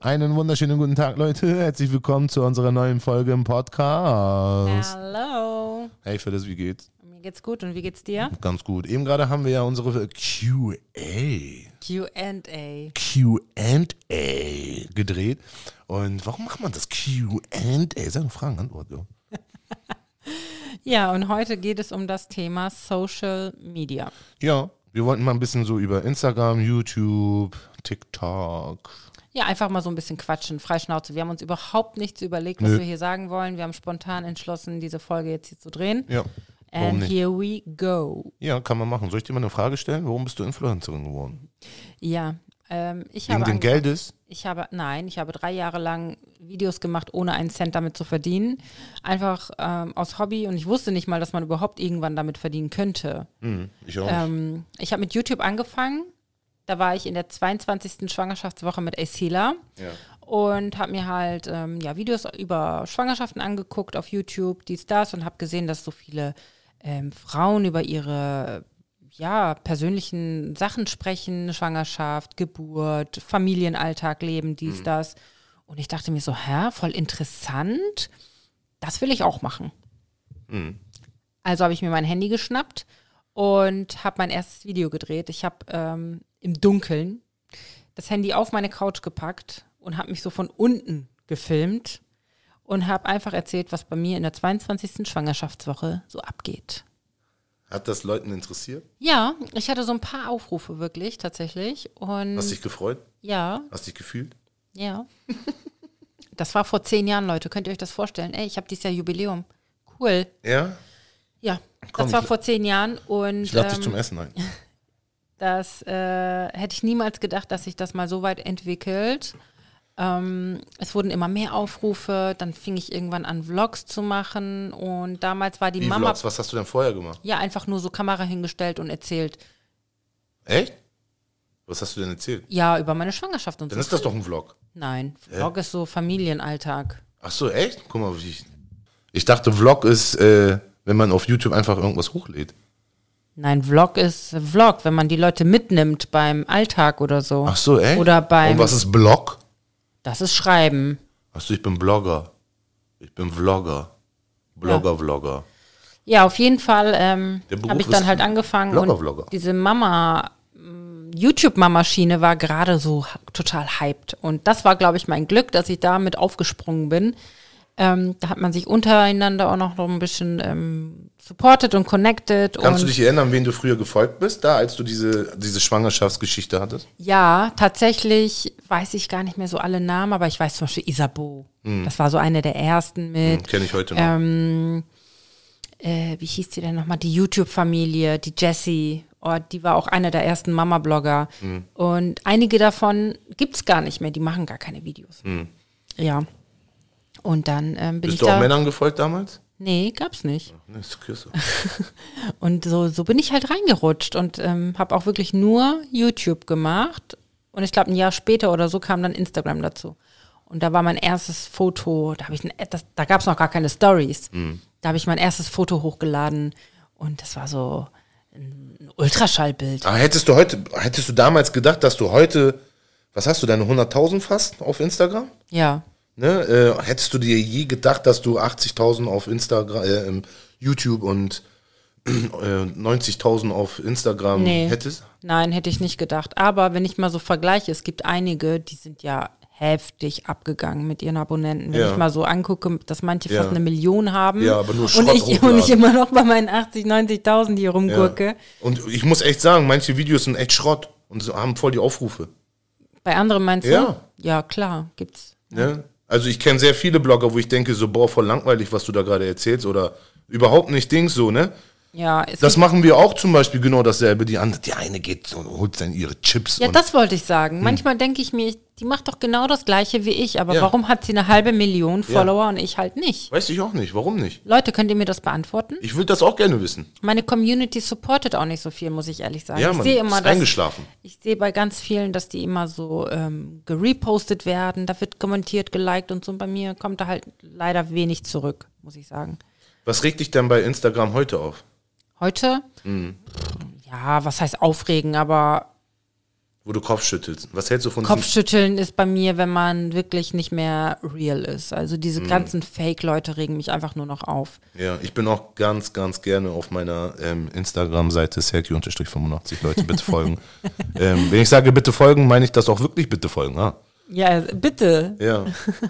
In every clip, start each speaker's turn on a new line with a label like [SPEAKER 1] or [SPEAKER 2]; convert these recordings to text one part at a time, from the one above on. [SPEAKER 1] Einen wunderschönen guten Tag, Leute. Herzlich willkommen zu unserer neuen Folge im Podcast.
[SPEAKER 2] Hallo.
[SPEAKER 1] Hey, für das, wie geht's?
[SPEAKER 2] Mir geht's gut und wie geht's dir?
[SPEAKER 1] Ganz gut. Eben gerade haben wir ja unsere QA,
[SPEAKER 2] Q&A.
[SPEAKER 1] QA gedreht. Und warum macht man das QA? Sag Fragen, Antwort. Ja.
[SPEAKER 2] Ja, und heute geht es um das Thema Social Media.
[SPEAKER 1] ja, wir wollten mal ein bisschen so über Instagram, YouTube, TikTok.
[SPEAKER 2] Ja, einfach mal so ein bisschen quatschen, Freischnauze. Wir haben uns überhaupt nichts überlegt, was
[SPEAKER 1] Nö.
[SPEAKER 2] wir hier sagen wollen. Wir haben spontan entschlossen, diese Folge jetzt hier zu drehen.
[SPEAKER 1] Ja. Warum
[SPEAKER 2] And
[SPEAKER 1] nicht?
[SPEAKER 2] here we go.
[SPEAKER 1] Ja, kann man machen. Soll ich dir mal eine Frage stellen? Warum bist du Influencerin geworden?
[SPEAKER 2] Ja, ähm, ich
[SPEAKER 1] Wegen
[SPEAKER 2] habe
[SPEAKER 1] dem
[SPEAKER 2] ange-
[SPEAKER 1] Geldes?
[SPEAKER 2] Ich habe, nein, ich habe drei Jahre lang Videos gemacht, ohne einen Cent damit zu verdienen. Einfach ähm, aus Hobby und ich wusste nicht mal, dass man überhaupt irgendwann damit verdienen könnte.
[SPEAKER 1] Hm, ich auch.
[SPEAKER 2] Ähm, ich habe mit YouTube angefangen. Da war ich in der 22. Schwangerschaftswoche mit Acela
[SPEAKER 1] Ja.
[SPEAKER 2] und habe mir halt ähm, ja, Videos über Schwangerschaften angeguckt auf YouTube, dies, das und habe gesehen, dass so viele ähm, Frauen über ihre ja, persönlichen Sachen sprechen, Schwangerschaft, Geburt, Familienalltag leben, dies, das. Und ich dachte mir so, hä, voll interessant, das will ich auch machen. Also habe ich mir mein Handy geschnappt und habe mein erstes Video gedreht. Ich habe ähm, im Dunkeln das Handy auf meine Couch gepackt und habe mich so von unten gefilmt und habe einfach erzählt, was bei mir in der 22. Schwangerschaftswoche so abgeht.
[SPEAKER 1] Hat das Leuten interessiert?
[SPEAKER 2] Ja, ich hatte so ein paar Aufrufe wirklich tatsächlich und
[SPEAKER 1] Hast dich gefreut?
[SPEAKER 2] ja,
[SPEAKER 1] Hast dich gefühlt?
[SPEAKER 2] ja. das war vor zehn Jahren, Leute. Könnt ihr euch das vorstellen? Ey, ich habe dieses Jahr Jubiläum. Cool.
[SPEAKER 1] Ja?
[SPEAKER 2] Ja,
[SPEAKER 1] Komm,
[SPEAKER 2] das war
[SPEAKER 1] ich-
[SPEAKER 2] vor zehn Jahren und
[SPEAKER 1] Ich lade dich
[SPEAKER 2] ähm,
[SPEAKER 1] zum Essen ein.
[SPEAKER 2] Das äh, hätte ich niemals gedacht, dass sich das mal so weit entwickelt. Ähm, es wurden immer mehr Aufrufe, dann fing ich irgendwann an, Vlogs zu machen und damals war die
[SPEAKER 1] Wie
[SPEAKER 2] Mama
[SPEAKER 1] Vlogs, was hast du denn vorher gemacht?
[SPEAKER 2] ja einfach nur so Kamera hingestellt und erzählt,
[SPEAKER 1] Echt? Was hast du denn erzählt?
[SPEAKER 2] ja, über meine Schwangerschaft und
[SPEAKER 1] Dann
[SPEAKER 2] so.
[SPEAKER 1] ist das doch ein Vlog.
[SPEAKER 2] Nein, Vlog ist so Familienalltag.
[SPEAKER 1] Ach so, echt? Guck mal, wie ich. Ich dachte, Vlog ist, äh, wenn man auf YouTube einfach irgendwas hochlädt.
[SPEAKER 2] Nein, Vlog ist Vlog, wenn man die Leute mitnimmt beim Alltag oder so.
[SPEAKER 1] Ach so, echt?
[SPEAKER 2] Oder beim,
[SPEAKER 1] Und was ist Blog?
[SPEAKER 2] das ist Schreiben.
[SPEAKER 1] Ach so, ich bin Blogger. Ich bin Vlogger. Blogger, Vlogger.
[SPEAKER 2] Ja, auf jeden Fall ähm,
[SPEAKER 1] Der Beruf
[SPEAKER 2] habe ich
[SPEAKER 1] ist
[SPEAKER 2] dann halt angefangen
[SPEAKER 1] Blogger,
[SPEAKER 2] und
[SPEAKER 1] Vlogger.
[SPEAKER 2] diese Mama mm, YouTube-Mama-Schiene war gerade so ha- total hyped und das war, glaube ich, mein Glück, dass ich damit aufgesprungen bin. Ähm, da hat man sich untereinander auch noch ein bisschen ähm, supported und connected
[SPEAKER 1] Kannst du
[SPEAKER 2] und
[SPEAKER 1] dich erinnern, wen du früher gefolgt bist, da, als du diese, diese Schwangerschaftsgeschichte hattest?
[SPEAKER 2] ja, tatsächlich weiß ich gar nicht mehr so alle Namen, aber ich weiß zum Beispiel Isabeau.
[SPEAKER 1] Hm.
[SPEAKER 2] Das war so eine der ersten mit. ähm,
[SPEAKER 1] Kenne ich heute noch.
[SPEAKER 2] äh, wie hieß die denn nochmal, die YouTube-Familie, die Jessie, oh, die war auch eine der ersten Mama-Blogger.
[SPEAKER 1] Mhm.
[SPEAKER 2] Und einige davon gibt es gar nicht mehr, die machen gar keine Videos. Ja. Und dann ähm, bin ich
[SPEAKER 1] Mhm. Bist du
[SPEAKER 2] da.
[SPEAKER 1] auch Männern gefolgt damals?
[SPEAKER 2] Nee, gab's nicht.
[SPEAKER 1] Nee, ist okay, so.
[SPEAKER 2] Und so, so bin ich halt reingerutscht und ähm, habe auch wirklich nur YouTube gemacht. Und ich glaube, ein Jahr später oder so kam dann Instagram dazu. Und da war mein erstes Foto, da, hab ich ein, das, da gab es noch gar keine Stories. Da habe ich mein erstes Foto hochgeladen und das war so ein Ultraschallbild.
[SPEAKER 1] Aber Ah, hättest du heute, hättest du damals gedacht, dass du heute, was hast du, deine 100.000 fast auf Instagram?
[SPEAKER 2] Ja.
[SPEAKER 1] Ne? Äh, hättest du dir je gedacht, dass du 80.000 auf Instagram, äh, ähm, YouTube und äh, 90.000 auf Instagram
[SPEAKER 2] Nee.
[SPEAKER 1] hättest?
[SPEAKER 2] Nein, hätte ich nicht gedacht. Aber wenn ich mal so vergleiche, es gibt einige, die sind ja heftig abgegangen mit ihren Abonnenten. Wenn
[SPEAKER 1] Ja.
[SPEAKER 2] ich mal so angucke, dass manche
[SPEAKER 1] Ja.
[SPEAKER 2] fast eine Million haben.
[SPEAKER 1] Ja, aber nur Schrott
[SPEAKER 2] und ich, und
[SPEAKER 1] hochladen.
[SPEAKER 2] ich immer noch bei meinen 80, 90.000 hier rumgurke.
[SPEAKER 1] Und ich muss echt sagen, manche Videos sind echt Schrott und so- haben voll die Aufrufe.
[SPEAKER 2] Bei anderen meinst
[SPEAKER 1] Ja.
[SPEAKER 2] du? Ja, klar, gibt's.
[SPEAKER 1] Ne? Also ich kenne sehr viele Blogger, wo ich denke, so, boah, voll langweilig, was du da gerade erzählst oder überhaupt nicht Dings so, ne?
[SPEAKER 2] Ja, es
[SPEAKER 1] Das
[SPEAKER 2] gibt,
[SPEAKER 1] machen wir auch zum Beispiel genau dasselbe. Die andere, die eine geht und holt dann ihre Chips.
[SPEAKER 2] ja
[SPEAKER 1] und Hm.
[SPEAKER 2] das wollte ich sagen. Manchmal denke ich mir, ich- die macht doch genau das Gleiche wie ich, aber
[SPEAKER 1] Ja.
[SPEAKER 2] warum hat sie eine halbe Million Follower und ich halt nicht?
[SPEAKER 1] Weiß ich auch nicht, warum nicht?
[SPEAKER 2] Leute, könnt ihr mir das beantworten?
[SPEAKER 1] Ich würde das auch gerne wissen.
[SPEAKER 2] Meine Community supportet auch nicht so viel, muss ich ehrlich sagen.
[SPEAKER 1] Ja,
[SPEAKER 2] ich
[SPEAKER 1] man
[SPEAKER 2] sehe immer,
[SPEAKER 1] ist
[SPEAKER 2] dass
[SPEAKER 1] eingeschlafen.
[SPEAKER 2] Ich sehe bei ganz vielen, dass die immer so ähm, gerepostet werden, da wird kommentiert, geliked und so. Und Bei mir kommt da halt leider wenig zurück, muss ich sagen.
[SPEAKER 1] Was regt dich denn bei Instagram heute auf? Mhm.
[SPEAKER 2] Heute, ja, was heißt aufregen, aber
[SPEAKER 1] wo du Kopf schüttelst. Was hältst du von diesem-
[SPEAKER 2] Kopfschütteln ist bei mir, wenn man wirklich nicht mehr real ist. Also diese
[SPEAKER 1] Mhm.
[SPEAKER 2] ganzen Fake-Leute regen mich einfach nur noch auf.
[SPEAKER 1] Ja, ich bin auch ganz, ganz gerne auf meiner ähm, Instagram-Seite Serki-85. Leute, bitte folgen. ähm, wenn ich sage bitte folgen, meine ich das auch wirklich bitte folgen. Ah,
[SPEAKER 2] Ja, bitte.
[SPEAKER 1] ja,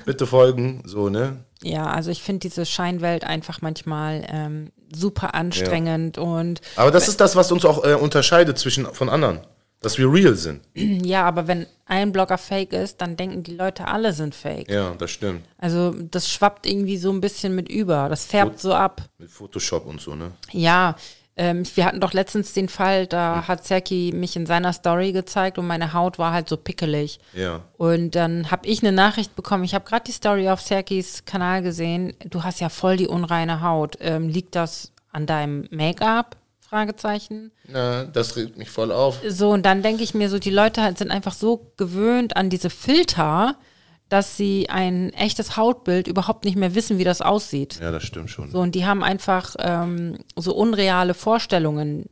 [SPEAKER 1] bitte folgen, so, ne?
[SPEAKER 2] Ja, also ich finde diese Scheinwelt einfach manchmal ähm, super anstrengend und
[SPEAKER 1] Aber das ist das, was uns auch äh, unterscheidet zwischen von anderen. Dass wir real sind.
[SPEAKER 2] ja, aber wenn ein Blogger fake ist, dann denken die Leute, alle sind fake.
[SPEAKER 1] Ja, das stimmt.
[SPEAKER 2] Also das schwappt irgendwie so ein bisschen mit über. Das färbt so ab.
[SPEAKER 1] Mit Photoshop und so, ne?
[SPEAKER 2] Ja, ähm, wir hatten doch letztens den Fall, da hat Serki mich in seiner Story gezeigt und meine Haut war halt so pickelig.
[SPEAKER 1] Ja.
[SPEAKER 2] Und dann habe ich eine Nachricht bekommen. Ich habe gerade die Story auf Serkis Kanal gesehen. Du hast ja voll die unreine Haut. Ähm, liegt das an deinem Make-up? Fragezeichen.
[SPEAKER 1] Na, das regt mich voll auf.
[SPEAKER 2] So, und dann denke ich mir so, die Leute halt sind einfach so gewöhnt an diese Filter, dass sie ein echtes Hautbild überhaupt nicht mehr wissen, wie das aussieht.
[SPEAKER 1] Ja, das stimmt schon.
[SPEAKER 2] So, und die haben einfach ähm, so unreale Vorstellungen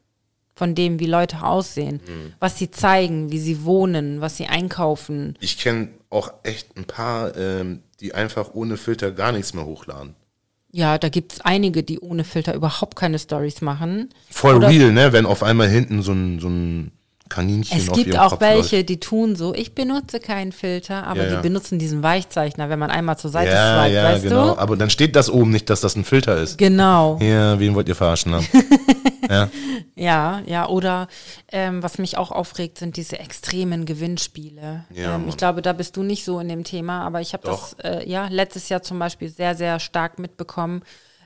[SPEAKER 2] von dem, wie Leute aussehen,
[SPEAKER 1] Mhm.
[SPEAKER 2] was sie zeigen, wie sie wohnen, was sie einkaufen.
[SPEAKER 1] Ich kenne auch echt ein paar, ähm, die einfach ohne Filter gar nichts mehr hochladen.
[SPEAKER 2] Ja, da gibt es einige, die ohne Filter überhaupt keine Stories machen.
[SPEAKER 1] Voll
[SPEAKER 2] Oder-
[SPEAKER 1] real, ne? Wenn auf einmal hinten so ein, so ein Kaninchen
[SPEAKER 2] Es
[SPEAKER 1] auf
[SPEAKER 2] gibt
[SPEAKER 1] ihrem
[SPEAKER 2] auch
[SPEAKER 1] Kopf
[SPEAKER 2] welche, die tun so, ich benutze keinen Filter, aber
[SPEAKER 1] Ja, ja.
[SPEAKER 2] die benutzen diesen Weichzeichner, wenn man einmal zur Seite
[SPEAKER 1] Ja,
[SPEAKER 2] swipet,
[SPEAKER 1] ja,
[SPEAKER 2] weißt
[SPEAKER 1] genau.
[SPEAKER 2] du?
[SPEAKER 1] Aber dann steht das oben nicht, dass das ein Filter ist.
[SPEAKER 2] Genau.
[SPEAKER 1] Ja, wen wollt ihr verarschen? Ne?
[SPEAKER 2] Ja, ja, oder ähm, was mich auch aufregt, sind diese extremen Gewinnspiele.
[SPEAKER 1] Ja,
[SPEAKER 2] ähm,
[SPEAKER 1] Mann.
[SPEAKER 2] ich glaube, da bist du nicht so in dem Thema, aber ich habe das äh, ja letztes Jahr zum Beispiel sehr, sehr stark mitbekommen,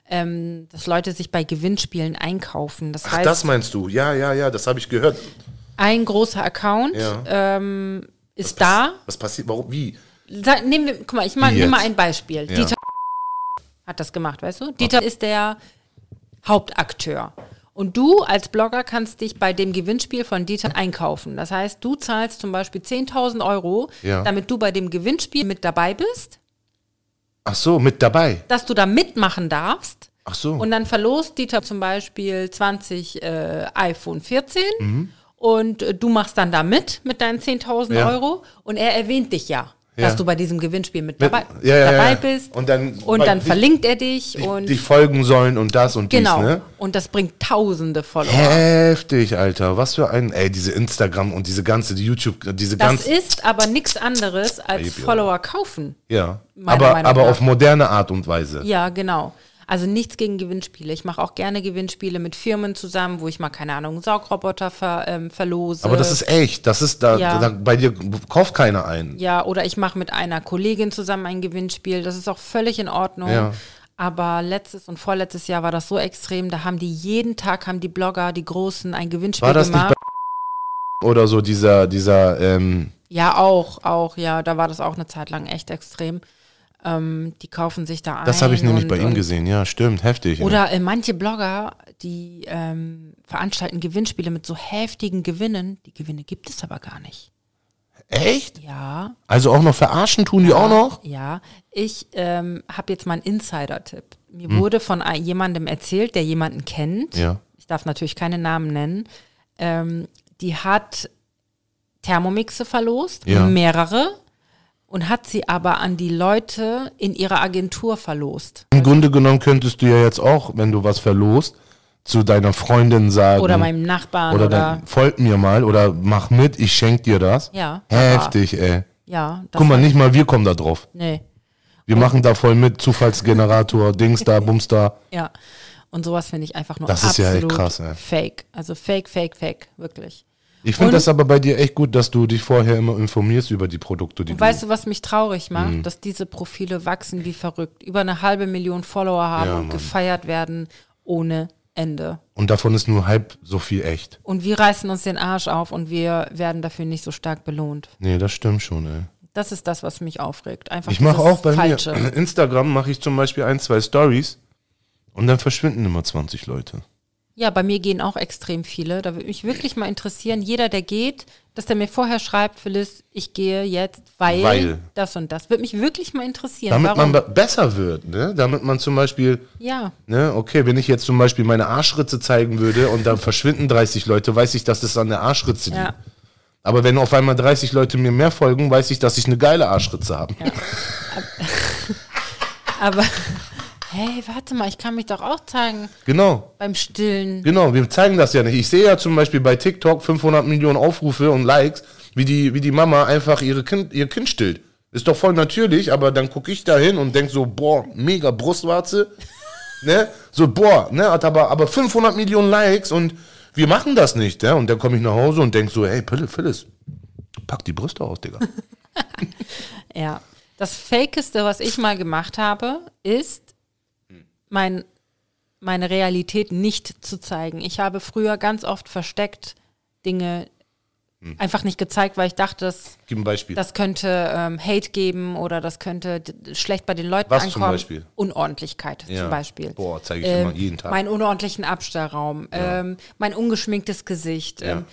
[SPEAKER 2] ähm, dass Leute sich bei Gewinnspielen einkaufen. Das
[SPEAKER 1] Ach,
[SPEAKER 2] heißt,
[SPEAKER 1] das meinst du? Ja, ja, ja, das habe ich gehört.
[SPEAKER 2] ein großer Account
[SPEAKER 1] Ja.
[SPEAKER 2] ähm, ist da.
[SPEAKER 1] Was passiert? Warum? Wie?
[SPEAKER 2] Sa- Nehmen wir, guck mal, ich mal,
[SPEAKER 1] Wie
[SPEAKER 2] nehme mal
[SPEAKER 1] jetzt?
[SPEAKER 2] ein Beispiel.
[SPEAKER 1] Ja.
[SPEAKER 2] Dieter hat das gemacht, weißt du? Dieter ist der Hauptakteur. Und du als Blogger kannst dich bei dem Gewinnspiel von Dieter einkaufen. Das heißt, du zahlst zum Beispiel 10.000 Euro,
[SPEAKER 1] Ja.
[SPEAKER 2] damit du bei dem Gewinnspiel mit dabei bist,
[SPEAKER 1] Ach so, mit dabei.
[SPEAKER 2] dass du da mitmachen darfst.
[SPEAKER 1] Ach so.
[SPEAKER 2] Und dann verlost Dieter zum Beispiel 20 äh, iPhone 14 und äh, du machst dann da mit, mit deinen 10.000
[SPEAKER 1] Mhm. Ja.
[SPEAKER 2] Euro. Und er erwähnt dich ja,
[SPEAKER 1] Ja.
[SPEAKER 2] dass du bei diesem Gewinnspiel mit,
[SPEAKER 1] Mit-
[SPEAKER 2] dabei,
[SPEAKER 1] ja, ja,
[SPEAKER 2] dabei
[SPEAKER 1] ja.
[SPEAKER 2] bist.
[SPEAKER 1] Und dann-
[SPEAKER 2] und dann
[SPEAKER 1] dich-
[SPEAKER 2] verlinkt er dich. und
[SPEAKER 1] Dich folgen sollen und das und
[SPEAKER 2] genau.
[SPEAKER 1] dies, ne?
[SPEAKER 2] Und das bringt tausende Follower.
[SPEAKER 1] Heftig, Alter. Was für ein. Ey, diese Instagram und diese ganze, die YouTube, diese
[SPEAKER 2] Das
[SPEAKER 1] ganze.
[SPEAKER 2] ist aber nichts anderes als
[SPEAKER 1] Baby,
[SPEAKER 2] Follower kaufen.
[SPEAKER 1] Ja.
[SPEAKER 2] meiner
[SPEAKER 1] Aber,
[SPEAKER 2] Meinung
[SPEAKER 1] aber
[SPEAKER 2] nach.
[SPEAKER 1] auf moderne Art und Weise.
[SPEAKER 2] Ja, genau. Also nichts gegen Gewinnspiele. Ich mache auch gerne Gewinnspiele mit Firmen zusammen, wo ich mal, keine Ahnung, Saugroboter ver, ähm, verlose.
[SPEAKER 1] Aber das ist echt. Das ist da,
[SPEAKER 2] Ja.
[SPEAKER 1] da. Bei dir kauft keiner ein.
[SPEAKER 2] Ja, oder ich mache mit einer Kollegin zusammen ein Gewinnspiel. Das ist auch völlig in Ordnung.
[SPEAKER 1] Ja.
[SPEAKER 2] Aber letztes und vorletztes Jahr war das so extrem. Da haben die jeden Tag, haben die Blogger, die Großen, ein Gewinnspiel
[SPEAKER 1] War das nicht
[SPEAKER 2] gemacht.
[SPEAKER 1] bei. Oder so dieser, dieser, ähm,
[SPEAKER 2] ja, auch, auch, ja. Da war das auch eine Zeit lang echt extrem. Ähm, die kaufen sich da ein.
[SPEAKER 1] Das habe ich nämlich
[SPEAKER 2] und,
[SPEAKER 1] bei ihm
[SPEAKER 2] und,
[SPEAKER 1] gesehen, ja, stimmt, heftig. ja.
[SPEAKER 2] Oder äh, manche Blogger, die ähm, veranstalten Gewinnspiele mit so heftigen Gewinnen. Die Gewinne gibt es aber gar nicht.
[SPEAKER 1] Echt?
[SPEAKER 2] Ja,
[SPEAKER 1] Also auch noch verarschen tun die auch noch?
[SPEAKER 2] Ja, ich ähm, habe jetzt mal einen Insider-Tipp. Mir wurde von ein- jemandem erzählt, der jemanden kennt.
[SPEAKER 1] Hm. Ja.
[SPEAKER 2] Ich darf natürlich keine Namen nennen. Ähm, die hat Thermomixe verlost,
[SPEAKER 1] Ja.
[SPEAKER 2] mehrere, und hat sie aber an die Leute in ihrer Agentur verlost.
[SPEAKER 1] Im Grunde genommen könntest du ja jetzt auch, wenn du was verlost, zu deiner Freundin sagen.
[SPEAKER 2] Oder meinem Nachbarn
[SPEAKER 1] Mhm. Oder,
[SPEAKER 2] oder,
[SPEAKER 1] dein- folgt mir mal oder mach mit, ich schenk dir das.
[SPEAKER 2] Ja,
[SPEAKER 1] Heftig, ey.
[SPEAKER 2] ja. das
[SPEAKER 1] Guck mal, ne-
[SPEAKER 2] war-
[SPEAKER 1] nicht mal wir kommen da drauf.
[SPEAKER 2] Nee,
[SPEAKER 1] Wir machen da voll mit, Zufallsgenerator, Dings da, Bums da.
[SPEAKER 2] ja. Und sowas finde ich einfach nur
[SPEAKER 1] Das ist ja echt
[SPEAKER 2] absolut
[SPEAKER 1] krass, ey.
[SPEAKER 2] fake. Also fake, fake, fake, wirklich.
[SPEAKER 1] Ich finde
[SPEAKER 2] Und-
[SPEAKER 1] das aber bei dir echt gut, dass du dich vorher immer informierst über die Produkte, die
[SPEAKER 2] Und weißt du, was mich traurig macht?
[SPEAKER 1] Mhm.
[SPEAKER 2] Dass diese Profile wachsen wie verrückt. Über eine halbe Million Follower haben
[SPEAKER 1] Ja,
[SPEAKER 2] und
[SPEAKER 1] Mann.
[SPEAKER 2] gefeiert werden ohne Ende.
[SPEAKER 1] du. Und davon ist nur halb so viel echt.
[SPEAKER 2] Und wir reißen uns den Arsch auf und wir werden dafür nicht so stark belohnt.
[SPEAKER 1] Nee, das stimmt schon, ey.
[SPEAKER 2] Das ist das, was mich aufregt. Einfach
[SPEAKER 1] Ich mache
[SPEAKER 2] dieses
[SPEAKER 1] auch bei
[SPEAKER 2] Falsche.
[SPEAKER 1] mir Instagram mache ich zum Beispiel ein, zwei Stories und dann verschwinden immer 20 Leute.
[SPEAKER 2] Ja, bei mir gehen auch extrem viele. Da würde mich wirklich mal interessieren, jeder, der geht, dass der mir vorher schreibt, Phyllis, ich gehe jetzt, weil,
[SPEAKER 1] Weil.
[SPEAKER 2] das und das. Würde mich wirklich mal interessieren.
[SPEAKER 1] Damit man
[SPEAKER 2] Warum?
[SPEAKER 1] be- besser wird, ne? Damit man zum Beispiel,
[SPEAKER 2] ja.
[SPEAKER 1] ne, okay, wenn ich jetzt zum Beispiel meine Arschritze zeigen würde und dann verschwinden 30 Leute, weiß ich, dass es an der Arschritze liegt.
[SPEAKER 2] Ja.
[SPEAKER 1] Aber wenn auf einmal 30 Leute mir mehr folgen, weiß ich, dass ich eine geile Arschritze habe.
[SPEAKER 2] Aber, hey, warte mal, ich kann mich doch auch zeigen
[SPEAKER 1] Genau,
[SPEAKER 2] beim Stillen.
[SPEAKER 1] genau. Wir zeigen das ja nicht. Ich sehe ja zum Beispiel bei TikTok 500 Millionen Aufrufe und Likes, wie die, wie die Mama einfach ihre kind, ihr Kind stillt. Ist doch voll natürlich, aber dann gucke ich da hin und denk so, boah, mega Brustwarze. ne? So, boah, ne? Hat aber, aber 500 Millionen Likes und wir machen das nicht. Ne? Und dann komme ich nach Hause und denk so, hey, Pille, Phyllis, pack die Brüste aus, Digga.
[SPEAKER 2] Ja. Das Fakeste, was ich mal gemacht habe, ist, mein, meine Realität nicht zu zeigen. Ich habe früher ganz oft versteckt Dinge
[SPEAKER 1] Hm.
[SPEAKER 2] einfach nicht gezeigt, weil ich dachte, das,
[SPEAKER 1] Gib ein Beispiel.
[SPEAKER 2] das könnte ähm, Hate geben oder das könnte d- d- schlecht bei den Leuten
[SPEAKER 1] Was zum
[SPEAKER 2] ankommen.
[SPEAKER 1] Beispiel?
[SPEAKER 2] Unordentlichkeit
[SPEAKER 1] Ja.
[SPEAKER 2] zum Beispiel.
[SPEAKER 1] Boah, zeige ich
[SPEAKER 2] ähm,
[SPEAKER 1] immer jeden Tag.
[SPEAKER 2] Meinen unordentlichen Abstellraum, ähm, mein ungeschminktes Gesicht.
[SPEAKER 1] Ja.
[SPEAKER 2] Ähm,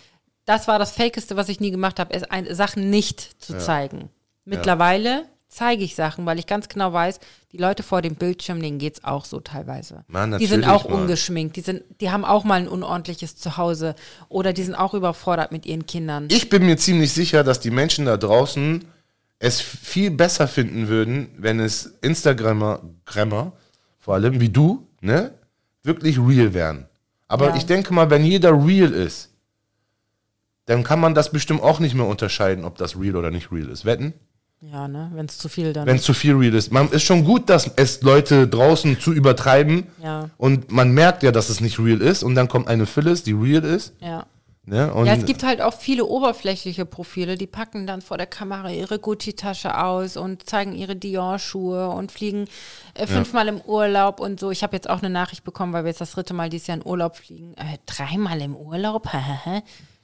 [SPEAKER 2] das war das Fakeste, was ich nie gemacht habe, ist ein, Sachen nicht zu zeigen. Mittlerweile zeige ich Sachen, weil ich ganz genau weiß, die Leute vor dem Bildschirm, denen geht es auch so teilweise.
[SPEAKER 1] Mann,
[SPEAKER 2] die sind
[SPEAKER 1] natürlich,
[SPEAKER 2] auch
[SPEAKER 1] Mann.
[SPEAKER 2] ungeschminkt, die, sind, die haben auch mal ein unordentliches Zuhause oder die sind auch überfordert mit ihren Kindern.
[SPEAKER 1] ich bin mir ziemlich sicher, dass die Menschen da draußen es viel besser finden würden, wenn es Instagrammer, Grammer, vor allem wie du, ne, wirklich real wären. Aber
[SPEAKER 2] Ja.
[SPEAKER 1] ich denke mal, wenn jeder real ist, dann kann man das bestimmt auch nicht mehr unterscheiden, ob das real oder nicht real ist. Wetten?
[SPEAKER 2] ja, ne? Wenn es zu viel dann.
[SPEAKER 1] Wenn es zu viel real ist. Man ist schon gut, dass es Leute draußen zu übertreiben.
[SPEAKER 2] Ja.
[SPEAKER 1] Und man merkt ja, dass es nicht real ist. Und dann kommt eine Phyllis, die real ist.
[SPEAKER 2] ja.
[SPEAKER 1] Ne? Und
[SPEAKER 2] Ja, es gibt halt auch viele oberflächliche Profile, die packen dann vor der Kamera ihre Gucci-Tasche aus und zeigen ihre Dior-Schuhe und fliegen äh, fünfmal im Urlaub und so. Ich habe jetzt auch eine Nachricht bekommen, weil wir jetzt das dritte Mal dieses Jahr in Urlaub fliegen. Äh, dreimal im Urlaub? Hahaha.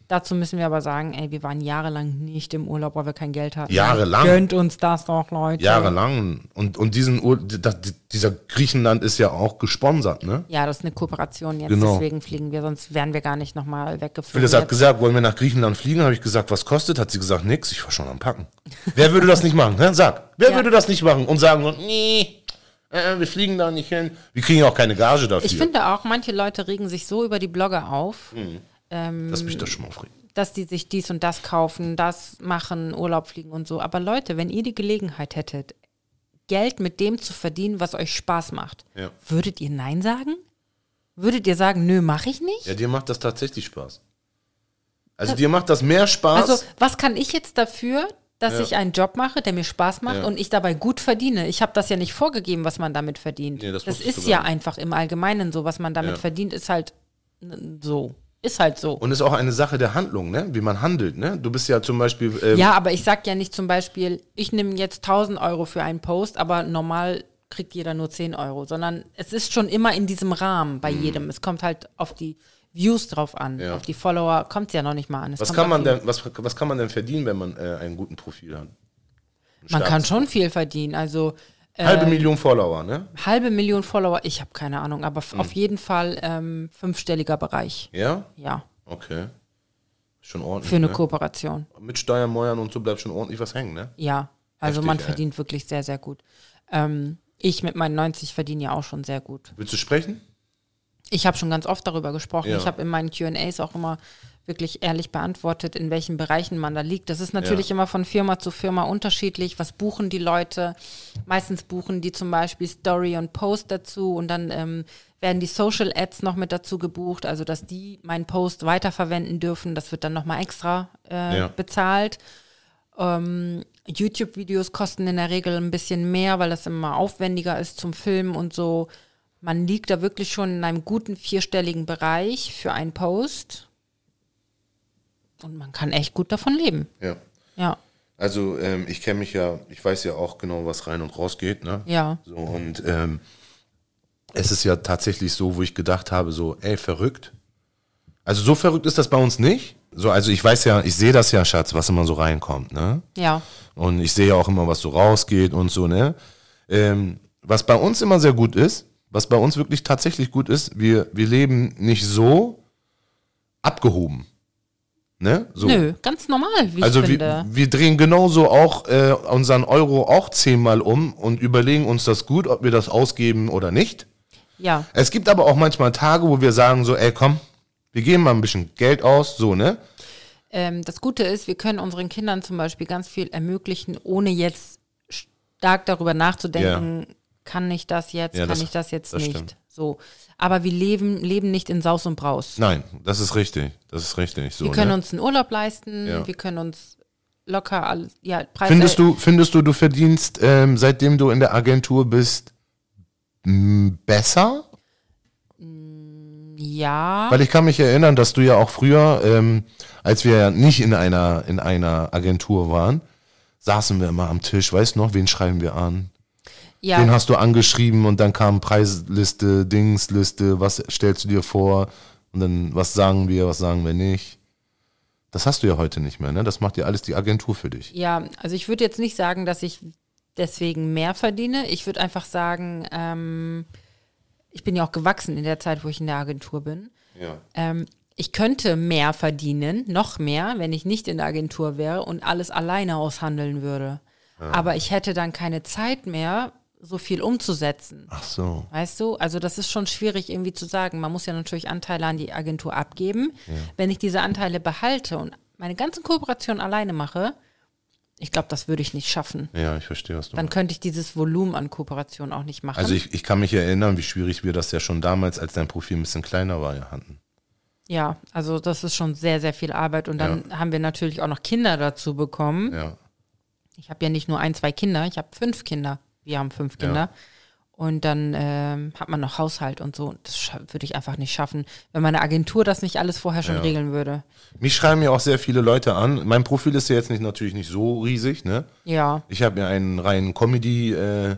[SPEAKER 2] Dazu müssen wir aber sagen, ey, wir waren jahrelang nicht im Urlaub, weil wir kein Geld hatten.
[SPEAKER 1] Jahrelang?
[SPEAKER 2] Gönnt uns das doch, Leute.
[SPEAKER 1] Jahrelang. Und, und diesen Ur das, dieser Griechenland ist ja auch gesponsert, ne?
[SPEAKER 2] Ja, das ist eine Kooperation jetzt,
[SPEAKER 1] Genau.
[SPEAKER 2] deswegen fliegen wir, sonst wären wir gar nicht nochmal weggeflogen.
[SPEAKER 1] Phyllis hat
[SPEAKER 2] Jetzt-
[SPEAKER 1] gesagt, wollen wir nach Griechenland fliegen? Habe ich gesagt, was kostet? Hat sie gesagt, nix. Ich war schon am Packen. Wer würde das nicht machen? Ne? Sag. Wer
[SPEAKER 2] Ja.
[SPEAKER 1] würde das nicht machen? Und sagen, so, nee, äh, wir fliegen da nicht hin. Wir kriegen ja auch keine Gage dafür.
[SPEAKER 2] Ich finde auch, manche Leute regen sich so über die Blogger auf,
[SPEAKER 1] das mich doch schon mal aufregt.
[SPEAKER 2] dass die sich dies und das kaufen, das machen, Urlaub fliegen und so. Aber Leute, wenn ihr die Gelegenheit hättet, Geld mit dem zu verdienen, was euch Spaß macht,
[SPEAKER 1] Ja.
[SPEAKER 2] würdet ihr Nein sagen? Würdet ihr sagen, nö, mache ich nicht?
[SPEAKER 1] Ja, dir macht das tatsächlich Spaß. Also dir macht das mehr Spaß.
[SPEAKER 2] Also, was kann ich jetzt dafür, dass ich einen Job mache, der mir Spaß macht
[SPEAKER 1] Ja.
[SPEAKER 2] und ich dabei gut verdiene? Ich habe das ja nicht vorgegeben, was man damit verdient.
[SPEAKER 1] Nee, das
[SPEAKER 2] das
[SPEAKER 1] wusstest du
[SPEAKER 2] ist
[SPEAKER 1] gar
[SPEAKER 2] ja
[SPEAKER 1] nicht.
[SPEAKER 2] einfach im Allgemeinen so, was man damit
[SPEAKER 1] Ja.
[SPEAKER 2] verdient, ist halt n- so. Ist halt so.
[SPEAKER 1] und ist auch eine Sache der Handlung, ne? Wie man handelt, ne? Du bist ja zum Beispiel. ähm,
[SPEAKER 2] Ja, aber ich sag ja nicht zum Beispiel, ich nehme jetzt 1000 Euro für einen Post, aber normal kriegt jeder nur 10 Euro, sondern es ist schon immer in diesem Rahmen bei jedem. Es kommt halt auf die Views drauf an,
[SPEAKER 1] Mhm. Ja.
[SPEAKER 2] auf die Follower kommt es ja noch nicht mal an. Es
[SPEAKER 1] Was
[SPEAKER 2] kommt
[SPEAKER 1] kann man
[SPEAKER 2] auf die-
[SPEAKER 1] denn, was, was kann man denn verdienen, wenn man äh, einen guten Profil hat?
[SPEAKER 2] Man kann
[SPEAKER 1] starkes-
[SPEAKER 2] schon viel verdienen, also
[SPEAKER 1] Halbe Million Follower, ne?
[SPEAKER 2] halbe Million Follower, ich habe keine Ahnung, aber f-
[SPEAKER 1] Mhm.
[SPEAKER 2] auf jeden Fall ähm, fünfstelliger Bereich,
[SPEAKER 1] Ja?
[SPEAKER 2] ja,
[SPEAKER 1] Okay. Schon ordentlich.
[SPEAKER 2] für eine
[SPEAKER 1] ne?
[SPEAKER 2] Kooperation.
[SPEAKER 1] Mit Steuern, Meuern und so bleibt schon ordentlich was hängen, ne?
[SPEAKER 2] Ja, also
[SPEAKER 1] Heftig,
[SPEAKER 2] man
[SPEAKER 1] ey.
[SPEAKER 2] verdient wirklich sehr, sehr gut. Ähm, ich mit meinen 90 verdiene ja auch schon sehr gut.
[SPEAKER 1] Willst du sprechen?
[SPEAKER 2] Ich habe schon ganz oft darüber gesprochen.
[SPEAKER 1] Ja.
[SPEAKER 2] Ich habe in meinen QAs auch immer wirklich ehrlich beantwortet, in welchen Bereichen man da liegt. Das ist natürlich
[SPEAKER 1] Ja.
[SPEAKER 2] immer von Firma zu Firma unterschiedlich. Was buchen die Leute? Meistens buchen die zum Beispiel Story und Post dazu und dann ähm, werden die Social Ads noch mit dazu gebucht, also dass die meinen Post weiterverwenden dürfen. Das wird dann nochmal extra äh,
[SPEAKER 1] Ja.
[SPEAKER 2] bezahlt. Ähm, YouTube-Videos kosten in der Regel ein bisschen mehr, weil das immer aufwendiger ist zum Filmen und so. Man liegt da wirklich schon in einem guten vierstelligen Bereich für einen Post. Und man kann echt gut davon leben.
[SPEAKER 1] Ja.
[SPEAKER 2] Ja.
[SPEAKER 1] Also ähm, ich kenne mich ja, ich weiß ja auch genau, was rein und raus geht, ne?
[SPEAKER 2] Ja.
[SPEAKER 1] So und ähm, es ist ja tatsächlich so, wo ich gedacht habe, so, ey, verrückt. Also so verrückt ist das bei uns nicht. So, also ich weiß ja, ich sehe das ja, Schatz, was immer so reinkommt, ne?
[SPEAKER 2] Ja.
[SPEAKER 1] Und ich sehe ja auch immer, was so rausgeht und so, ne? Ähm, was bei uns immer sehr gut ist, was bei uns wirklich tatsächlich gut ist, wir, wir leben nicht so abgehoben. Ne? So.
[SPEAKER 2] Nö, ganz normal, wie
[SPEAKER 1] Also
[SPEAKER 2] ich
[SPEAKER 1] wir,
[SPEAKER 2] finde.
[SPEAKER 1] wir drehen genauso auch äh, unseren Euro auch zehnmal um und überlegen uns das gut, ob wir das ausgeben oder nicht.
[SPEAKER 2] ja.
[SPEAKER 1] Es gibt aber auch manchmal Tage, wo wir sagen so, ey komm, wir geben mal ein bisschen Geld aus, so, ne?
[SPEAKER 2] ähm, das Gute ist, wir können unseren Kindern zum Beispiel ganz viel ermöglichen, ohne jetzt stark darüber nachzudenken, kann ich das jetzt,
[SPEAKER 1] Ja,
[SPEAKER 2] kann
[SPEAKER 1] das-
[SPEAKER 2] ich das jetzt
[SPEAKER 1] das
[SPEAKER 2] nicht.
[SPEAKER 1] stimmt.
[SPEAKER 2] So. Aber wir leben, leben nicht in Saus und Braus.
[SPEAKER 1] Nein, das ist richtig. Das ist richtig. So,
[SPEAKER 2] wir können
[SPEAKER 1] ne?
[SPEAKER 2] uns einen Urlaub leisten,
[SPEAKER 1] Ja.
[SPEAKER 2] wir können uns locker all, ja, Preise.
[SPEAKER 1] Findest du, findest du, du verdienst, ähm, seitdem du in der Agentur bist, m, besser?
[SPEAKER 2] Ja.
[SPEAKER 1] Weil ich kann mich erinnern, dass du ja auch früher, ähm, als wir ja nicht in einer, in einer Agentur waren, saßen wir immer am Tisch, weißt du noch, wen schreiben wir an?
[SPEAKER 2] ja.
[SPEAKER 1] Den hast du angeschrieben und dann kam Preisliste, Dingsliste, was stellst du dir vor und dann was sagen wir, was sagen wir nicht. Das hast du ja heute nicht mehr, ne? Das macht ja alles die Agentur für dich.
[SPEAKER 2] Ja, also ich würde jetzt nicht sagen, dass ich deswegen mehr verdiene. Ich würde einfach sagen, ähm, ich bin ja auch gewachsen in der Zeit, wo ich in der Agentur bin.
[SPEAKER 1] Ja.
[SPEAKER 2] Ähm, ich könnte mehr verdienen, noch mehr, wenn ich nicht in der Agentur wäre und alles alleine aushandeln würde. Aber ich hätte dann keine Zeit mehr, so viel umzusetzen.
[SPEAKER 1] Ach so.
[SPEAKER 2] Weißt du, also das ist schon schwierig irgendwie zu sagen. Man muss ja natürlich Anteile an die Agentur abgeben. Wenn ich diese Anteile behalte und meine ganzen Kooperationen alleine mache, ich glaube, das würde ich nicht schaffen.
[SPEAKER 1] Ja, ich verstehe, was du
[SPEAKER 2] Dann könnte ich dieses Volumen an Kooperationen auch nicht machen.
[SPEAKER 1] Also ich, ich kann mich erinnern, wie schwierig wir das ja schon damals, als dein Profil ein bisschen kleiner war, ja hatten.
[SPEAKER 2] ja, also das ist schon sehr, sehr viel Arbeit. Und dann haben wir natürlich auch noch Kinder dazu bekommen.
[SPEAKER 1] Ja.
[SPEAKER 2] Ich habe ja nicht nur ein, zwei Kinder, ich habe fünf Kinder. Wir haben fünf Kinder. Und dann ähm, hat man noch Haushalt und so. Und Das scha- würde ich einfach nicht schaffen, wenn meine Agentur das nicht alles vorher schon regeln würde.
[SPEAKER 1] Mich schreiben ja auch sehr viele Leute an. Mein Profil ist ja jetzt nicht natürlich nicht so riesig, ne?
[SPEAKER 2] Ja.
[SPEAKER 1] Ich habe ja einen reinen Comedy, äh,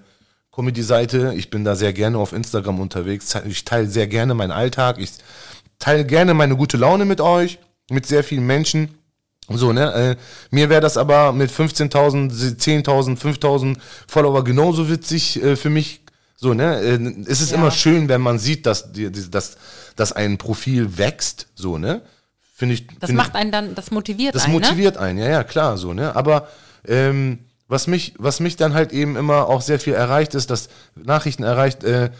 [SPEAKER 1] Comedy-Seite. Ich bin da sehr gerne auf Instagram unterwegs. Ze- Ich teile sehr gerne meinen Alltag. Ich teile gerne meine gute Laune mit euch, mit sehr vielen Menschen. So, ne? Äh, mir wäre das aber mit 15.000, 10.000, 5.000 Follower genauso witzig äh, für mich. So, ne? Äh, es ist
[SPEAKER 2] Ja.
[SPEAKER 1] immer schön, wenn man sieht, dass, die- die- dass, dass ein Profil wächst. So, ne? Finde ich. find
[SPEAKER 2] Das
[SPEAKER 1] ich,
[SPEAKER 2] macht einen dann, das motiviert
[SPEAKER 1] das
[SPEAKER 2] einen, ne?
[SPEAKER 1] motiviert einen, ja, ja, klar, so, ne? Aber ähm, was, mich, was mich dann halt eben immer auch sehr viel erreicht, ist, dass Nachrichten erreicht, äh,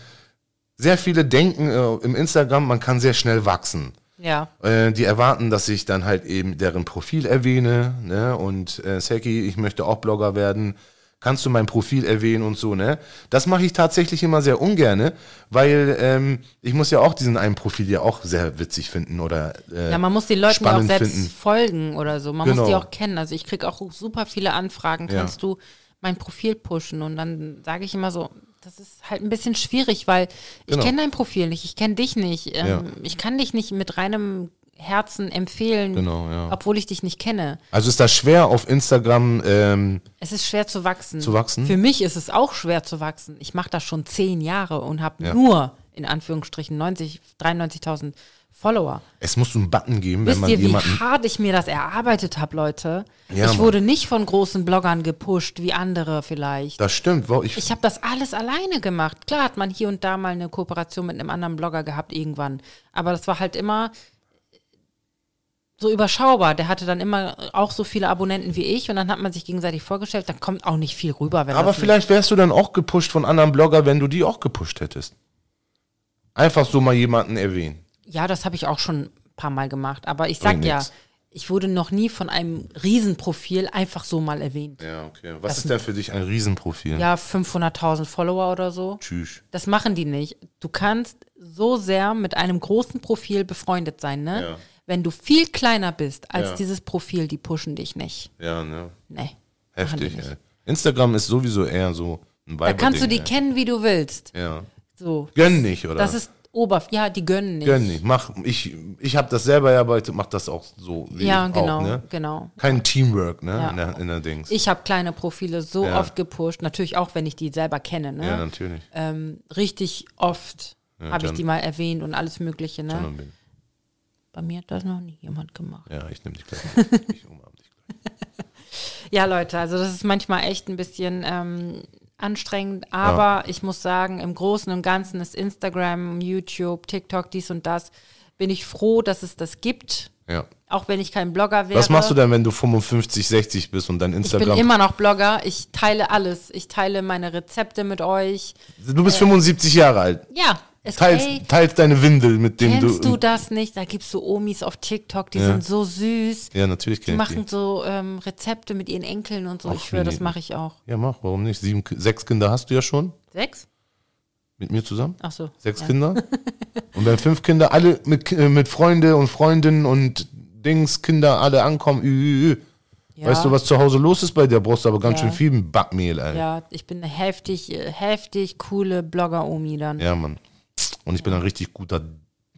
[SPEAKER 1] sehr viele denken äh, im Instagram, man kann sehr schnell wachsen.
[SPEAKER 2] Ja.
[SPEAKER 1] Äh, die erwarten, dass ich dann halt eben deren Profil erwähne, ne? Und äh, Seki, ich möchte auch Blogger werden. Kannst du mein Profil erwähnen und so, ne? Das mache ich tatsächlich immer sehr ungerne, weil ähm, ich muss ja auch diesen einen Profil ja auch sehr witzig finden oder äh,
[SPEAKER 2] Ja, man muss den Leuten ja auch
[SPEAKER 1] spannend
[SPEAKER 2] selbst
[SPEAKER 1] finden.
[SPEAKER 2] folgen oder so. Man muss die
[SPEAKER 1] Genau.
[SPEAKER 2] auch kennen. Also ich kriege auch super viele Anfragen,
[SPEAKER 1] Ja.
[SPEAKER 2] kannst du mein Profil pushen? Und dann sage ich immer so, das ist halt ein bisschen schwierig, weil ich
[SPEAKER 1] Genau.
[SPEAKER 2] kenne dein Profil nicht, ich kenne dich nicht. Ähm,
[SPEAKER 1] Ja.
[SPEAKER 2] Ich kann dich nicht mit reinem Herzen empfehlen,
[SPEAKER 1] Genau, ja.
[SPEAKER 2] obwohl ich dich nicht kenne.
[SPEAKER 1] Also ist das schwer auf Instagram, ähm,
[SPEAKER 2] Es ist schwer zu wachsen.
[SPEAKER 1] Zu wachsen?
[SPEAKER 2] Für mich ist es auch schwer zu wachsen. Ich mache das schon zehn Jahre und habe nur in Anführungsstrichen 90, 93.000 Follower.
[SPEAKER 1] es muss einen Button geben, wenn
[SPEAKER 2] Wisst
[SPEAKER 1] man
[SPEAKER 2] ihr, wie
[SPEAKER 1] jemanden.
[SPEAKER 2] hart ich mir das erarbeitet habe, Leute?
[SPEAKER 1] Ja,
[SPEAKER 2] ich
[SPEAKER 1] Mann.
[SPEAKER 2] wurde nicht von großen Bloggern gepusht, wie andere vielleicht.
[SPEAKER 1] Das stimmt, wow, ich,
[SPEAKER 2] Ich habe das alles alleine gemacht. Klar hat man hier und da mal eine Kooperation mit einem anderen Blogger gehabt irgendwann. Aber das war halt immer so überschaubar. Der hatte dann immer auch so viele Abonnenten wie ich und dann hat man sich gegenseitig vorgestellt, da kommt auch nicht viel rüber. Wenn
[SPEAKER 1] aber
[SPEAKER 2] das
[SPEAKER 1] vielleicht wärst du dann auch gepusht von anderen Blogger, wenn du die auch gepusht hättest. Einfach so mal jemanden erwähnen.
[SPEAKER 2] Nicht. Ja, das habe ich auch schon ein paar Mal gemacht. Aber ich sag
[SPEAKER 1] Bringt
[SPEAKER 2] ja,
[SPEAKER 1] nix.
[SPEAKER 2] ich wurde noch nie von einem Riesenprofil einfach so mal erwähnt.
[SPEAKER 1] Ja, okay. Was ist denn für dich ein Riesenprofil?
[SPEAKER 2] Ja, 500.000 Follower oder so.
[SPEAKER 1] Tschüss.
[SPEAKER 2] Das machen die nicht. Du kannst so sehr mit einem großen Profil befreundet sein, ne?
[SPEAKER 1] Ja.
[SPEAKER 2] Wenn du viel kleiner bist als
[SPEAKER 1] Ja.
[SPEAKER 2] dieses Profil, die pushen dich nicht.
[SPEAKER 1] Ja, ne?
[SPEAKER 2] Nee. machen die
[SPEAKER 1] Heftig,
[SPEAKER 2] nicht.
[SPEAKER 1] ey. Instagram ist sowieso eher so ein
[SPEAKER 2] Da kannst du die
[SPEAKER 1] Weiberding,
[SPEAKER 2] kennen, wie du willst.
[SPEAKER 1] ey. Ja.
[SPEAKER 2] So.
[SPEAKER 1] Gönn nicht, oder?
[SPEAKER 2] Das ist Oberf. Ja, die gönnen nicht.
[SPEAKER 1] Gönn nicht. Mach, ich ich habe das selber erarbeitet, mach das auch so. wie
[SPEAKER 2] Ja,
[SPEAKER 1] auch,
[SPEAKER 2] genau,
[SPEAKER 1] ne?
[SPEAKER 2] genau.
[SPEAKER 1] Kein Teamwork, ne?
[SPEAKER 2] Ja.
[SPEAKER 1] In, der, in der Dings.
[SPEAKER 2] Ich habe kleine Profile so
[SPEAKER 1] Ja.
[SPEAKER 2] oft gepusht, natürlich auch, wenn ich die selber kenne, ne?
[SPEAKER 1] ja, natürlich.
[SPEAKER 2] ähm, richtig oft habe ich
[SPEAKER 1] dann-
[SPEAKER 2] die mal erwähnt und alles Mögliche, ne?
[SPEAKER 1] Sondern bin-
[SPEAKER 2] Bei mir hat das noch nie jemand gemacht.
[SPEAKER 1] Ja, ich nehme dich gleich. mit. ich umarm dich.
[SPEAKER 2] Ja, Leute, also das ist manchmal echt ein bisschen ähm, anstrengend, aber ich muss sagen, im Großen und Ganzen ist Instagram, YouTube, TikTok, dies und das, bin ich froh, dass es das gibt,
[SPEAKER 1] Ja.
[SPEAKER 2] auch wenn ich kein Blogger wäre.
[SPEAKER 1] Was machst du denn, wenn du 55, 60 bist und dein
[SPEAKER 2] Ich bin
[SPEAKER 1] Instagram.
[SPEAKER 2] immer noch Blogger, ich teile alles, ich teile meine Rezepte mit euch.
[SPEAKER 1] du bist 75 Jahre alt.
[SPEAKER 2] Ja, es-
[SPEAKER 1] Teilst,
[SPEAKER 2] ey,
[SPEAKER 1] teilst deine Windel mit dem
[SPEAKER 2] Kennst du das nicht? Da gibt's so Omis auf TikTok, die
[SPEAKER 1] Ja.
[SPEAKER 2] sind so süß.
[SPEAKER 1] Ja, natürlich
[SPEAKER 2] Die
[SPEAKER 1] kenn ich
[SPEAKER 2] machen
[SPEAKER 1] die.
[SPEAKER 2] so ähm, Rezepte mit ihren Enkeln und so.
[SPEAKER 1] Ach,
[SPEAKER 2] ich schwöre, das
[SPEAKER 1] nee.
[SPEAKER 2] mache ich auch.
[SPEAKER 1] Ja, mach, warum nicht? Sieben, Ki- sechs Kinder hast du ja schon
[SPEAKER 2] Sechs?
[SPEAKER 1] mit mir zusammen.
[SPEAKER 2] Ach so.
[SPEAKER 1] Sechs
[SPEAKER 2] ja.
[SPEAKER 1] Kinder. Und wenn fünf Kinder alle mit, Ki- äh, mit Freunde und Freundinnen und Dings, Kinder alle ankommen, ü, ü, ü.
[SPEAKER 2] Ja.
[SPEAKER 1] weißt du, was zu Hause los ist bei der Brust, aber ganz
[SPEAKER 2] Ja.
[SPEAKER 1] schön viel Backmehl, ey. Ja,
[SPEAKER 2] Ja, ich bin eine heftig, äh, heftig coole Blogger-Omi dann. Ja.
[SPEAKER 1] Mann. Und ich bin ein richtig guter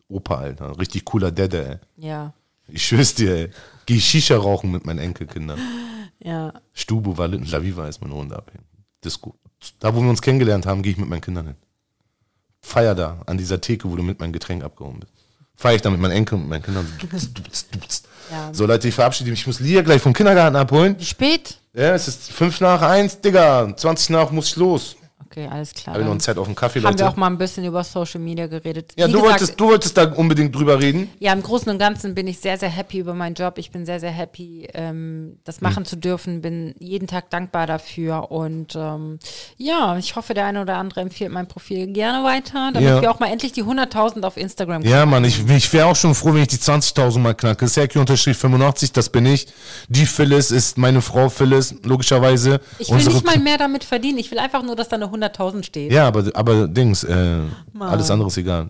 [SPEAKER 1] Opa, Alter. Ein richtig cooler Dede, ey.
[SPEAKER 2] Ja.
[SPEAKER 1] Ich schwör's dir, ey. Geh Shisha rauchen mit meinen Enkelkindern.
[SPEAKER 2] ja.
[SPEAKER 1] Stubu war Litten, La Viva ist meine Runde abhängen. Disco. Da, wo wir uns kennengelernt haben, gehe ich mit meinen Kindern hin. Feier da, an dieser Theke, wo du mit meinem Getränk abgehoben bist. Feier ich da mit meinen Enkeln und meinen Kindern. So, dups, dups, dups.
[SPEAKER 2] Ja.
[SPEAKER 1] so Leute, ich verabschiede mich. Ich muss Lia gleich vom Kindergarten abholen.
[SPEAKER 2] Wie spät?
[SPEAKER 1] Ja, es ist fünf nach eins, Digga. 20 nach muss ich los.
[SPEAKER 2] Okay, alles klar.
[SPEAKER 1] Habe ich noch
[SPEAKER 2] Dann
[SPEAKER 1] einen Zeit auf dem Kaffee,
[SPEAKER 2] haben wir auch
[SPEAKER 1] Leute.
[SPEAKER 2] mal ein bisschen über Social Media geredet.
[SPEAKER 1] Ja,
[SPEAKER 2] Wie
[SPEAKER 1] du
[SPEAKER 2] gesagt,
[SPEAKER 1] wolltest, du wolltest da unbedingt drüber reden.
[SPEAKER 2] Ja, im Großen und Ganzen bin ich sehr, sehr happy über meinen Job. Ich bin sehr, sehr happy, ähm,
[SPEAKER 1] Hm.
[SPEAKER 2] das machen zu dürfen. Bin jeden Tag dankbar dafür. Und ähm, ja, ich hoffe, der eine oder andere empfiehlt mein Profil gerne weiter, damit
[SPEAKER 1] Ja.
[SPEAKER 2] wir auch mal endlich die 100.000 auf Instagram kriegen.
[SPEAKER 1] Ja, Mann, ich, ich wäre auch schon froh, wenn ich die 20.000 mal knacke. Serki-85, das bin ich. Die Phyllis ist meine Frau Phyllis, logischerweise.
[SPEAKER 2] Ich will nicht mal mehr damit verdienen. Ich will einfach nur, dass da eine 100.000 steht.
[SPEAKER 1] Ja, aber, aber Dings, äh, alles andere ist egal.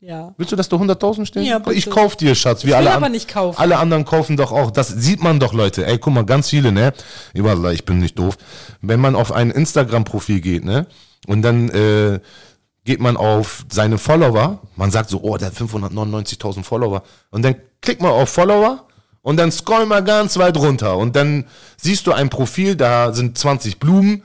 [SPEAKER 2] Ja.
[SPEAKER 1] Willst du, dass da 100.000 stehen?
[SPEAKER 2] Ja, bitte.
[SPEAKER 1] Ich kauf dir, Schatz. Wie
[SPEAKER 2] Ich will
[SPEAKER 1] alle
[SPEAKER 2] aber
[SPEAKER 1] an-
[SPEAKER 2] nicht kaufen.
[SPEAKER 1] Alle anderen kaufen doch auch. Das sieht man doch, Leute. Ey, guck mal, ganz viele, ne? Wallah, Ich bin nicht doof. Wenn man auf ein Instagram-Profil geht, ne? Und dann äh, geht man auf seine Follower. Man sagt so, oh, der hat 599.000 Follower. Und dann klickt man auf Follower. Und dann scroll mal ganz weit runter. Und dann siehst du ein Profil, da sind 20 Blumen,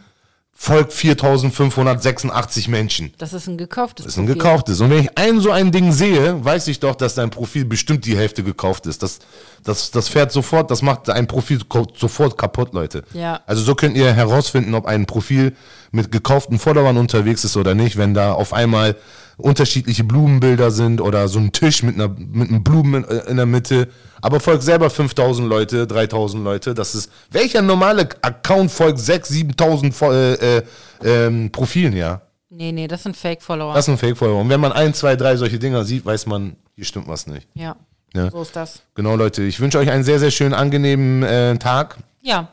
[SPEAKER 1] folgt 4.586 Menschen.
[SPEAKER 2] Das ist ein gekauftes
[SPEAKER 1] Das ist ein
[SPEAKER 2] Profil.
[SPEAKER 1] gekauftes. Und wenn ich ein so ein Ding sehe, weiß ich doch, dass dein Profil bestimmt die Hälfte gekauft ist. Das, das, das fährt sofort, das macht ein Profil ko- sofort kaputt, Leute.
[SPEAKER 2] Ja.
[SPEAKER 1] Also so könnt ihr herausfinden, ob ein Profil mit gekauften Followern unterwegs ist oder nicht, wenn da auf einmal unterschiedliche Blumenbilder sind oder so ein Tisch mit einer mit einem Blumen in, äh, in der Mitte. Aber folgt selber 5000 Leute, 3000 Leute. Das ist, welcher normale Account folgt 6.000, 7.000 Fo- äh, äh, ähm, Profilen, ja?
[SPEAKER 2] Nee, nee, das sind Fake-Follower.
[SPEAKER 1] Das ist ein Fake-Follower. Und wenn man ein, zwei, drei solche Dinger sieht, weiß man, hier stimmt was nicht.
[SPEAKER 2] Ja.
[SPEAKER 1] Ja.
[SPEAKER 2] So ist das.
[SPEAKER 1] Genau, Leute. Ich wünsche euch einen sehr, sehr schönen, angenehmen äh, Tag.
[SPEAKER 2] Ja.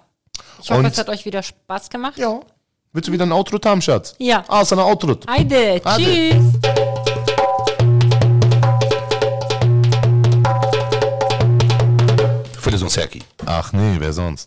[SPEAKER 2] Ich hoffe,
[SPEAKER 1] Und-
[SPEAKER 2] es hat euch wieder Spaß gemacht.
[SPEAKER 1] Ja. Willst du wieder ein Outro haben, Schatz?
[SPEAKER 2] Ja.
[SPEAKER 1] Ah, ist ein Outro.
[SPEAKER 2] Heide.
[SPEAKER 1] Heide.
[SPEAKER 2] Tschüss.
[SPEAKER 1] Für den Serki. Ach nee, wer sonst?